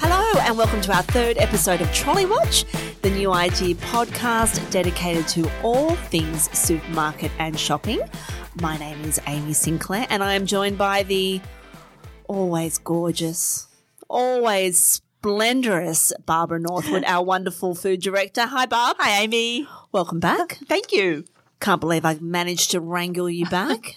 Hello, and welcome to our third episode of Trolley Watch, the new IG podcast dedicated to all things supermarket and shopping. My name is Amy Sinclair, and I am joined by the always gorgeous, always splendorous Barbara Northwood, our wonderful food director. Hi, Barb. Hi, Amy. Welcome back. Thank you. Can't believe I managed to wrangle you back.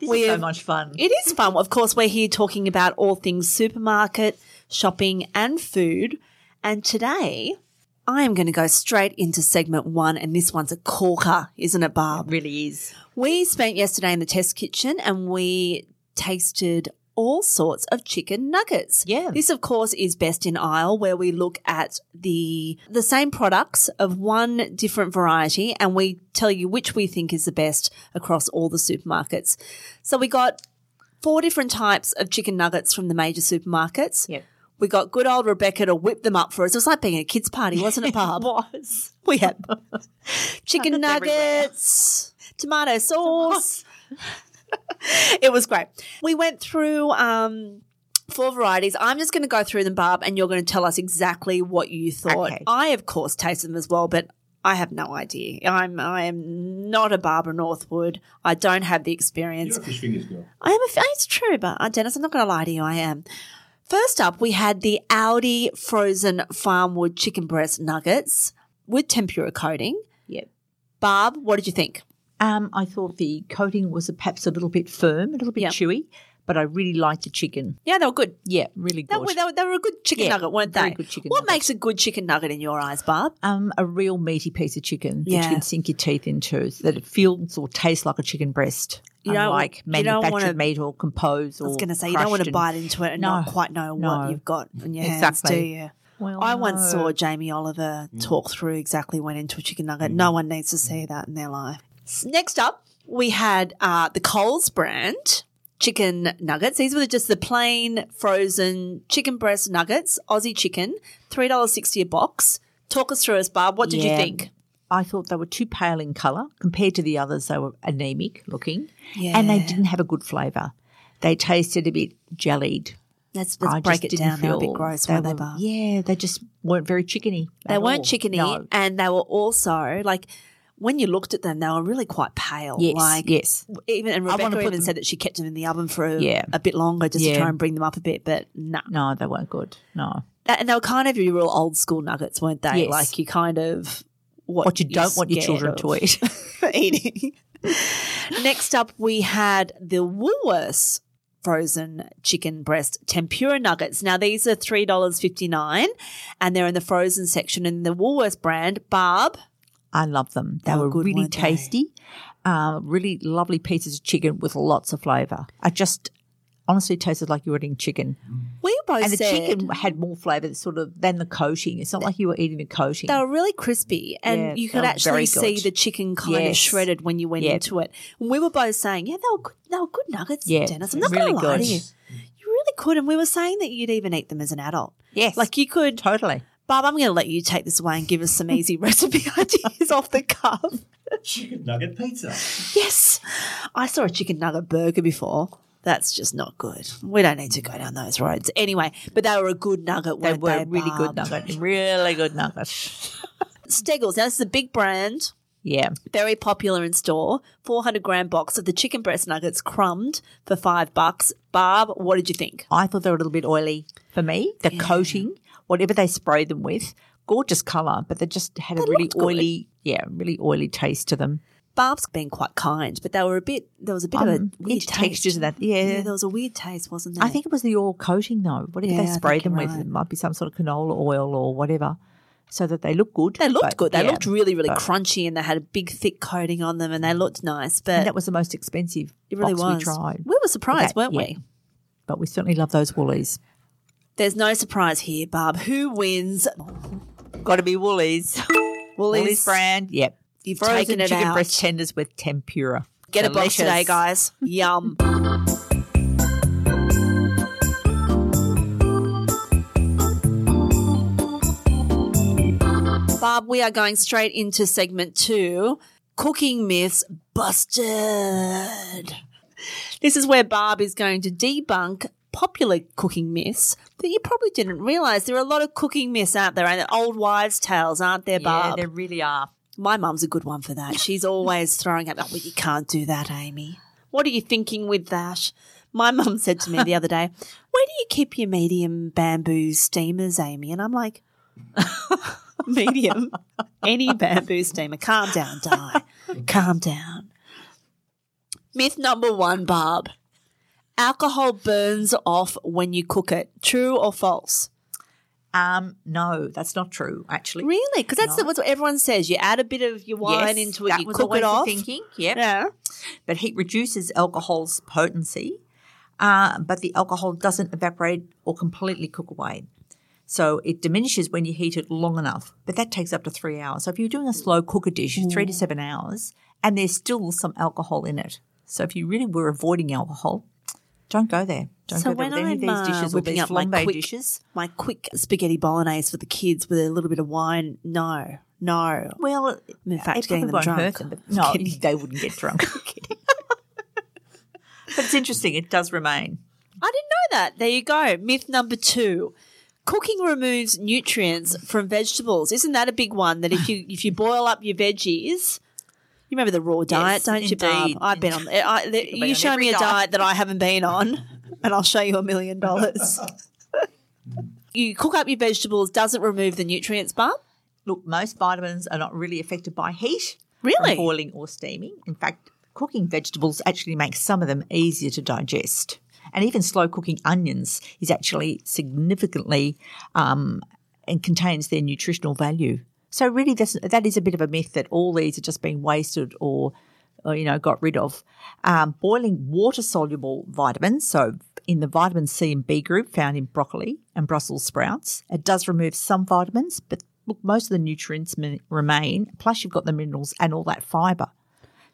This We is so have- much fun. It is fun. Of course, we're here talking about all things supermarket, shopping, and food. And today, I am going to go straight into segment one. And this one's a corker, isn't it, Barb? really is. We spent yesterday in the test kitchen and we tasted all sorts of chicken nuggets. Yeah. This of course is best in aisle where we look at the the same products of one different variety and we tell you which we think is the best across all the supermarkets. So we got four different types of chicken nuggets from the major supermarkets. Yep. We got good old Rebecca to whip them up for us. It was like being at a kids' party, wasn't it, Barb? Was. We had chicken Nuggets everywhere. nuggets, tomato sauce. it was great. We went through um, four varieties. I'm just going to go through them, Barb, and you're going to tell us exactly what you thought. Okay. I, of course, tasted them as well, but I have no idea. I'm I am not a Barbara Northwood. I don't have the experience. You're a fish fingers girl. I am a fan. It's true, but uh, Dennis, I'm not going to lie to you. I am. First up, we had the Audi frozen farmwood chicken breast nuggets with tempura coating. Yep. Barb, what did you think? Um, I thought the coating was perhaps a little bit firm, a little bit Yeah. chewy, but I really liked the chicken. Yeah, they were good. Yeah, really They were, good. they were, they were a good chicken Yeah, nugget, weren't very they? good chicken what nuggets. makes a good chicken nugget in your eyes, Barb? Um, a real meaty piece of chicken that Yeah. you can sink your teeth into, so that it feels or tastes like a chicken breast. You don't- unlike you don't manufactured wanna- meat or composed. I was or going to say, you don't want to bite crushed and- into it and No, not quite know what no. you've got in your hands, do Exactly. you? Well, I once no. saw Jamie Oliver Mm. talk through exactly what went into a chicken nugget. No one needs to see that in their life. S- Next up, we had uh, the Coles brand chicken nuggets. These were just the plain frozen chicken breast nuggets, Aussie chicken, three dollars sixty a box. Talk us through us, Barb. What did you Yeah. think? I thought they were too pale in colour compared to the others. They were anemic looking, and they Yeah. didn't have a good flavour. They tasted a bit jellied. Let's, let's I break just it didn't down. They were a bit feel- gross, weren't they, Barb? Yeah, they just weren't very chickeny. They at weren't all. chickeny, Oh, No. and they were also like when you looked at them, they were really quite pale. Yes, like yes. Even and I wanna Rebecca put even them- said that she kept them in the oven for a, Yeah. a bit longer just to Yeah. try and bring them up a bit, but nah. No, they weren't good. No. That- and they were kind of your real old school nuggets, weren't they? Yes. Like you kind of what, What you you're don't want your scared children to of eat. eating. Next up, we had the Woolworths frozen chicken breast tempura nuggets. Now these are three dollars fifty nine, and they're in the frozen section. And the Woolworths brand, Barb, I love them. They They were were good, really weren't they? tasty. Uh, really lovely pieces of chicken with lots of flavour. I just honestly tasted like you were eating chicken. we both and the said chicken had more flavour sort of than the coating. It's not like you were eating the coating. they were really crispy, and Yeah, you they could were actually very see good. the chicken kind of Yes. shredded when you went Yeah. into it. And we were both saying, "Yeah, they were good. They were good nuggets, Yeah, Dennis. I'm not really going to lie to good. you. You really could." And we were saying that you'd even eat them as an adult. Yes. like you could Totally. Barb, I'm going to let you take this away and give us some easy recipe ideas off the cuff. Chicken nugget pizza. Yes. I saw a chicken nugget burger before. That's just not good. We don't need to go down those roads. Anyway, but they were a good nugget, They weren't were they? really Barb? good nugget. Really good nugget. Steggles. Now, this is a big brand, Yeah. very popular in store. 400 gram box of the chicken breast nuggets crumbed for five bucks. Barb, what did you think? I thought they were a little bit oily for me. The coating, whatever they spray them with, gorgeous colour, but they just had a really looked good. oily, yeah, really oily taste to them. Barb's been quite kind, but they were a bit, there was a bit of a Um, weird into textures taste. of that, yeah. there was a weird taste, wasn't there? I think it was the oil coating though. Whatever Yeah, I they spray think them you're with, right. it might be some sort of canola oil or whatever. so that they look good. They looked but- good. They yeah. looked really, really But- crunchy, and they had a big, thick coating on them, and they looked nice. But And that was the most expensive it really box was. we tried. were surprised, That- weren't yeah. we? But we certainly love those woolies. There's no surprise here, Barb. Who wins? Got to be woolies. Woolies, Woolies. brand. Yep. You've Frozen taken it chicken out. breast tenders with tempura. Get a box Delicious. today, guys. Yum. Barb, we are going straight into segment two cooking myths busted. This is where Barb is going to debunk popular cooking myths that you probably didn't realize. There are a lot of cooking myths out there and old wives' tales, aren't there, Barb? really are. My mum's a good one for that. She's always throwing out, oh, well, you can't do that, Amy. What are you thinking with that? My mum said to me the other day, where do you keep your medium bamboo steamers, Amy? And I'm like, medium? Any bamboo steamer. Calm down, Di. Calm down. Myth number one, Barb. Alcohol burns off when you cook it. True or false? Um, no, that's not true. Actually, Really? Because that's No. what everyone says. You add a bit of your wine Yes, into it, that you was cook always it the off. Thinking, yep. Yeah. but heat reduces alcohol's potency, uh, but the alcohol doesn't evaporate or completely cook away. So it diminishes when you heat it long enough, but that takes up to three hours. So if you're doing a slow cooker dish, three to seven hours, and there's still some alcohol in it. So if you really were avoiding alcohol, don't go there. Don't So go there when with any of I'm, these dishes uh, or whipping these up my flambe quick- dishes. my quick spaghetti bolognese for the kids with a little bit of wine. No, no. Well, In fact, it getting them probably won't hurt drunk. them, but no, they wouldn't get drunk. I'm kidding. but it's interesting. It does remain. I didn't know that. There you go. Myth number two. Cooking removes nutrients from vegetables. Isn't that a big one? That if you if you boil up your veggies, you remember the raw diet, don't you, Barb? indeed. I've been on. I, the, on you show every me a diet. diet that I haven't been on, and I'll show you a million dollars. You cook up your vegetables doesn't remove the nutrients, Barb. Look, most vitamins are not really affected by heat, Really? from boiling or steaming. In fact, cooking vegetables actually makes some of them easier to digest. And even slow cooking onions is actually significantly um, and contains their nutritional value. So really, that's, that is a bit of a myth that all these are just being wasted or, or you know, got rid of. Um, boiling water-soluble vitamins, so in the vitamin C and B group found in broccoli and Brussels sprouts, it does remove some vitamins, but look, most of the nutrients min- remain. Plus, you've got the minerals and all that fibre.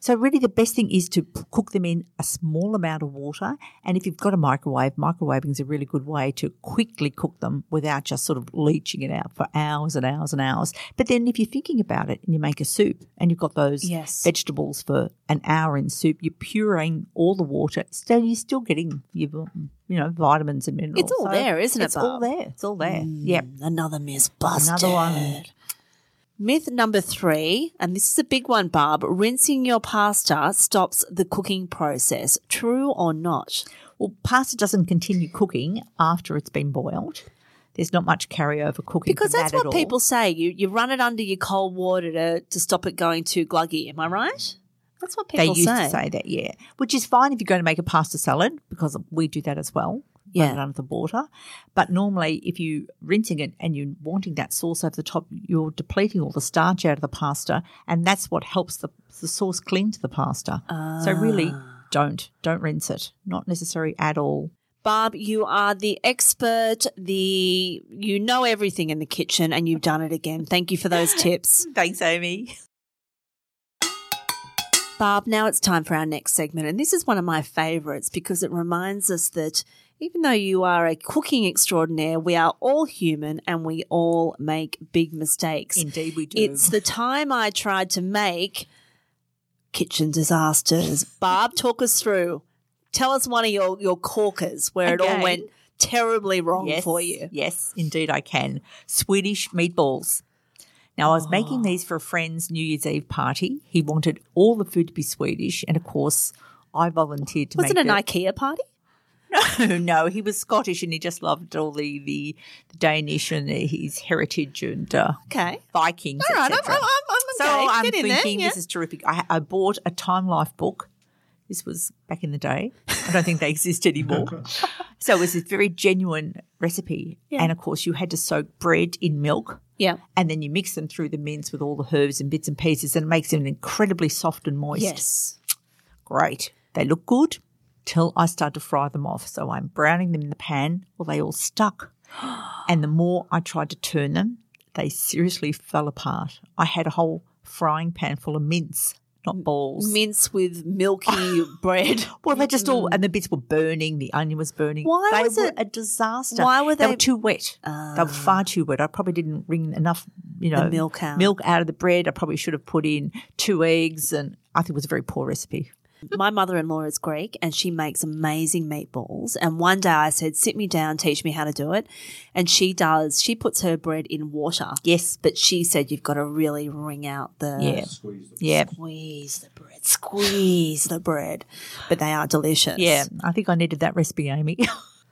So really, the best thing is to p- cook them in a small amount of water, and if you've got a microwave, microwaving is a really good way to quickly cook them without just sort of leaching it out for hours and hours and hours. But then, if you're thinking about it, and you make a soup, and you've got those Yes. vegetables for an hour in soup, you're pureeing all the water, so you're still getting your you know vitamins and minerals. It's all So there, isn't it, Mm. It's all Barb? there. It's all there. Yep. Another myth busted. Another one. Myth number three, and this is a big one, Barb. Rinsing your pasta stops the cooking process. True or not? Well, pasta doesn't continue cooking after it's been boiled. There's not much carryover cooking Because from that's that what at all. people say. You you run it under your cold water to, to stop it going too gluggy. Am I right? That's what they people used to say that, yeah, which is fine if you're going to make a pasta salad because we do that as well. Yeah. run it under the water. But normally, if you're rinsing it and you're wanting that sauce over the top, you're depleting all the starch out of the pasta, and that's what helps the, the sauce cling to the pasta. So really, don't don't rinse it. Not necessary at all. Barb, you are the expert. The you know everything in the kitchen, and you've done it again. Thank you for those tips. Thanks, Amy. Barb, now it's time for our next segment. And this is one of my favourites because it reminds us that even though you are a cooking extraordinaire, we are all human and we all make big mistakes. Indeed, we do. It's the time I tried to make kitchen disasters. Barb, talk us through. Tell us one of your, your corkers where it all Again. went terribly wrong yes, for you. Yes, indeed, I can. Swedish meatballs. Now, Ah. I was making these for a friend's New Year's Eve party. He wanted all the food to be Swedish, and of course, I volunteered to Was it make an the- IKEA party? No, no, he was Scottish, and he just loved all the the, the Danish and his heritage and uh, Okay. Vikings. All right, I'm- etc. I'm- I'm- I'm okay. So I'm Get in thinking there, this yeah. is terrific. I, I bought a Time Life book. This was back in the day. I don't think they exist anymore. so it was a very genuine recipe, and of course you had to soak bread in milk Yeah. and then you mix them through the mince with all the herbs and bits and pieces, and it makes them incredibly soft and moist. Yes. Great. They look good till I start to fry them off. So I'm browning them in the pan. Well, they all stuck. And the more I tried to turn them, they seriously fell apart. I had a whole frying pan full of mince, not balls. Mince with milky bread. well, they just all, and the bits were burning, the onion was burning. Why they was were it- a disaster? why were They they- Ah. were too wet. they were far too wet. I probably didn't wring enough, you know, milk out. milk out of the bread. I probably should have put in two eggs, and I think it was a very poor recipe. My mother in law is Greek and she makes amazing meatballs. And one day I said, Sit me down, teach me how to do it. And she does. She puts her bread in water. Yes. But she said, You've got to really wring out the. Yeah. Squeeze them. Yeah. Squeeze the bread. Squeeze the bread. But they are delicious. Yeah, I think I needed that recipe, Amy.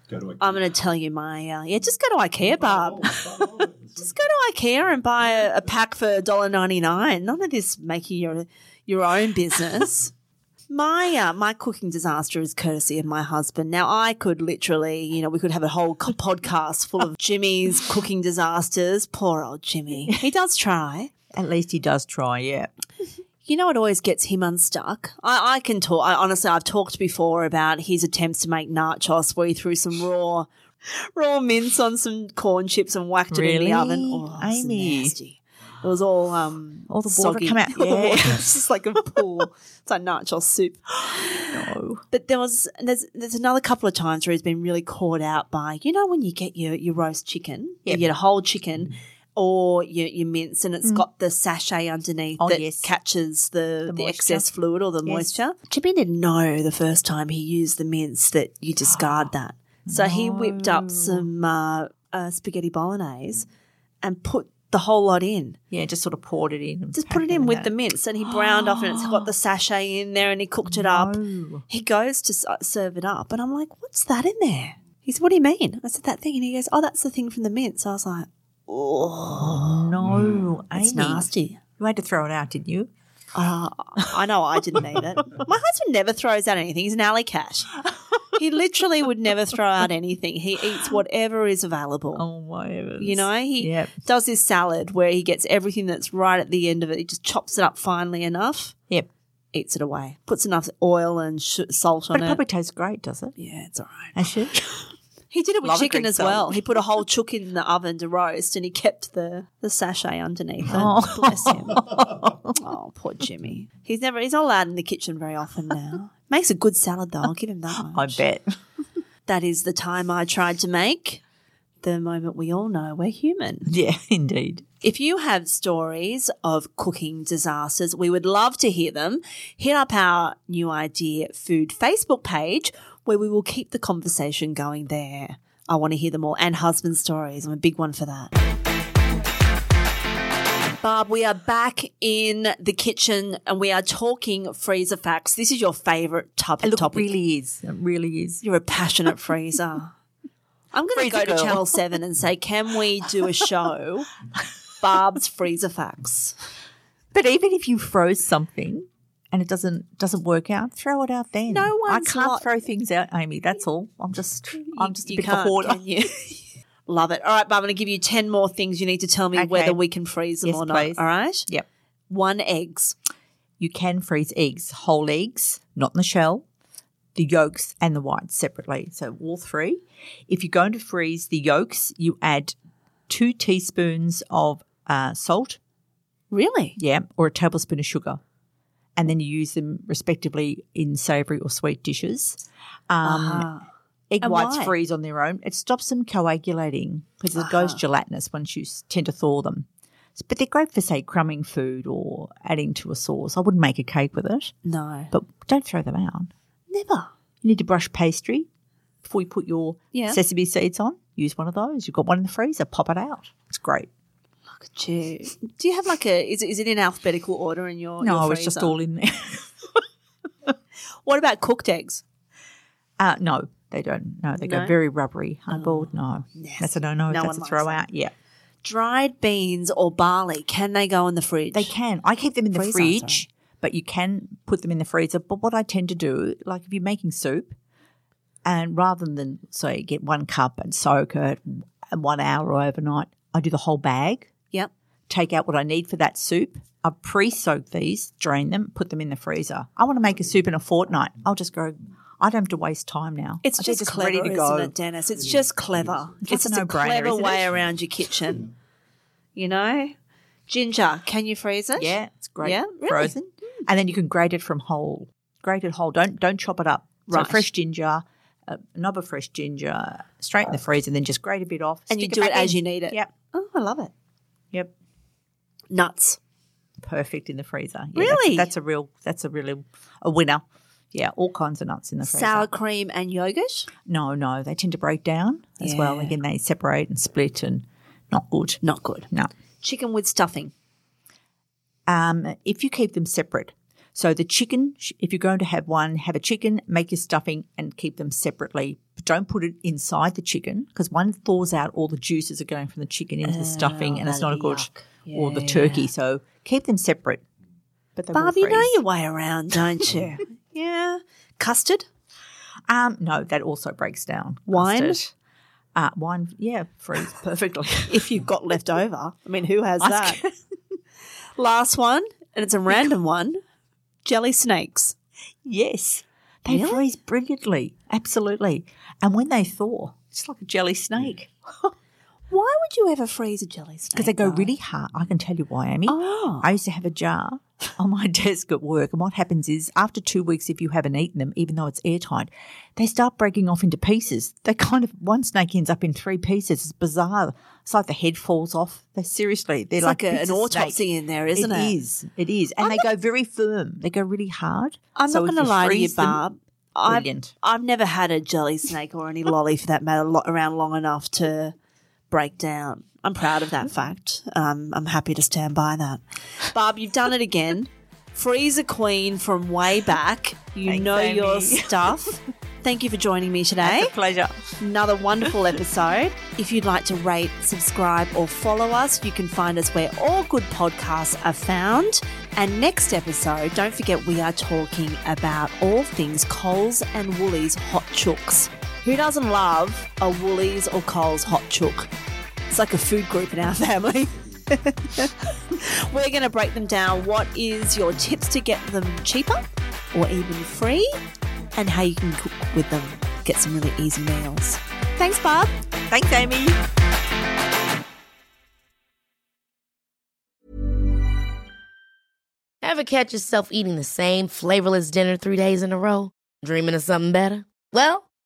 Go to Ikea. I'm going to tell you my. Uh, yeah, just go to IKEA, Barb. Oh, oh, it's- Just go to IKEA and buy a, a pack for $1.99. None of this making your your own business. my uh, my cooking disaster is courtesy of my husband. Now I could literally, you know, we could have a whole co- podcast full of Jimmy's cooking disasters. Poor old Jimmy. He does try. At least he does try, yeah. You know, it always gets him unstuck. I, I can talk. I, honestly, I've talked before about his attempts to make nachos where he threw some raw, raw mince on some corn chips and whacked it in Really? the oven. Oh, it was Amy. nasty. It was all um, All the water soggy. come out. All the water. Yeah. It's just like a pool. it's like nacho soup. No. But there was there's there's another couple of times where he's been really caught out by you know when you get your your roast chicken, you get a whole chicken. Or your, your mince, and it's got the sachet underneath Mm. Oh, that yes. catches the, the, moisture. excess fluid or the moisture. Jimmy didn't know the first time he used the mince that you discard that. So he whipped up some uh, uh, spaghetti bolognese and put the whole lot in. Yeah, just sort of poured it in. and Just packed put it in in with that. the mince, and he browned off, and it's got the sachet in there, and he cooked it up. He goes to s- serve it up, and I'm like, "What's that in there?" He said, "What do you mean?" I said, "That thing," and he goes, "Oh, that's the thing from the mince." I was like, No, Amy. Mm, "It's nasty." You had to throw it out, didn't you? Uh, I know I didn't eat it. My husband never throws out anything. He's an alley cat. He literally would never throw out anything. He eats whatever is available. Oh, my heavens. You know, he Yep. does his salad where he gets everything that's right at the end of it. He just chops it up finely enough, Yep. eats it away, puts enough oil and sh- salt on But it it. probably tastes great, does it? yeah, it's all right. Actually, He did it with Love a chicken Greek as well. salad. He put a whole chook in the oven to roast and he kept the, the sachet underneath. Oh. Oh. Bless him. oh, poor Jimmy. He's never he's not allowed in the kitchen very often now. Makes a good salad though, I'll give him that I much. bet. That is the time I tried to make. The moment we all know we're human. Yeah, indeed. If you have stories of cooking disasters, we would love to hear them. Hit up our New Idea Food Facebook page where we will keep the conversation going there. I want to hear them all and husband stories. I'm a big one for that. Barb, we are back in the kitchen and we are talking freezer facts. This is your favorite topic. Look, topic. it really is. It really is. You're a passionate freezer. I'm going to Freezer go to girl. Channel 7 and say, can we do a show, Barb's Freezer Facts? But even if you froze something and it doesn't doesn't work out, throw it out then. No one's I can't lot- throw things out, Amy. That's all. I'm just I'm just a You bit of a can't, hoarder. can you? Love it. All right, Barb, I'm going to give you 10 more things you need to tell me Okay. whether we can freeze them Yes, or not. please. All right? Yep. One, eggs. You can freeze eggs, whole eggs, not in the shell, the yolks and the whites separately. So all three. If you're going to freeze the yolks, you add two teaspoons of uh, salt, Really? yeah, or a tablespoon of sugar, and then you use them respectively in savoury or sweet dishes. Um, Egg Uh-huh. And whites why? freeze on their own. It stops them coagulating because it Uh-huh. goes gelatinous once you s- tend to thaw them. S- But they're great for, say, crumbing food or adding to a sauce. I wouldn't make a cake with it. No. But don't throw them out. Never. You need to brush pastry before you put your Yeah. sesame seeds on. Use one of those. You've got one in the freezer. Pop it out. It's great. Look at you. Do you have like a, is it, is it in alphabetical order in your No, your it's just freezer? all in there. What about cooked eggs? Uh, no, they don't. No, they No? Oh, go very rubbery, hardboiled. No, that's a no. No, No that's a one likes throw that. out. Yeah, Dried beans or barley, can they go in the fridge? they can. I keep them in the Freezer, fridge, but you can put them in the freezer. But what I tend to do, like if you're making soup, and rather than say get one cup and soak it and one hour overnight, I do the whole bag Yep. take out what I need for that soup. I pre soak these, drain them, put them in the freezer. I want to make a soup in a fortnight. I'll just go, I don't have to waste time now. It's I think just, clever, isn't it, Dennis? It's just clever. It's, Mm. a just a no-brainer, clever isn't it? way around your kitchen. You know, ginger. Can you freeze it? Yeah, it's great. Yeah, really? frozen, and then you can grate it from whole. Grate it whole. Don't don't chop it up. Right. So fresh ginger, a knob of fresh ginger, straight in the freezer, and then just grate a bit off. And you stick do it back as in. you need it. Yep, Oh, I love it. yep. Nuts. Perfect in the freezer. Yeah, Really? that's, that's a real. That's a really a winner. Yeah, all kinds of nuts in the freezer. Sour cream and yogurt. No, no, they tend to break down as well. Yeah. Again, they separate and split, and not good. Not good. No. Chicken with stuffing. um, if you keep them separate. So the chicken, sh- if you're going to have one, have a chicken, make your stuffing, and keep them separately. But don't put it inside the chicken because one thaws out all the juices are going from the chicken into the stuffing, and it's not a good. yuck. Or the Yeah. turkey, so keep them separate. But they will Barb, you know freeze. your way around, don't you? yeah. Custard. Um, no, that also breaks down. Wine? Custard. uh, wine, yeah, freeze perfectly. If you've got left over. I mean, who has I that? Last one, and it's a random one. Jelly snakes. yes, they Really? freeze brilliantly, absolutely. And when they thaw, it's like a jelly snake. Why would you ever freeze a jelly snake? because they go really hard. I can tell you why, Amy. Oh. I used to have a jar on my desk at work, and what happens is after two weeks, if you haven't eaten them, even though it's airtight, they start breaking off into pieces. They kind of one snake ends up in three pieces. It's bizarre. It's like the head falls off. They seriously, they're It's like, like, a- bits an of autopsy snake. in there, isn't it? It is. It is, and they go very firm. They go really hard. I'm So not if going to lie to you, freeze them- Barb. I've, Brilliant. I've never had a jelly snake or any lolly, for that matter, lo- around long enough to break down. I'm proud of that fact. Um, I'm happy to stand by that. Barb, you've done it again. Freezer queen from way back. You Thanks, know your Amy. stuff. Thank you for joining me today. It's a pleasure. another wonderful episode. If you'd like to rate, subscribe, or follow us, you can find us where all good podcasts are found. And next episode, don't forget we are talking about all things Coles and Woolies hot chooks. Who doesn't love a Woolies or Coles hot chook? It's like a food group in our family. We're going to break them down. What is your tips to get them cheaper or even free? And how you can cook with them. Get some really easy meals. Thanks, Bob. Thanks, Amy. Ever catch yourself eating the same flavorless dinner three days in a row? Dreaming of something better? Well,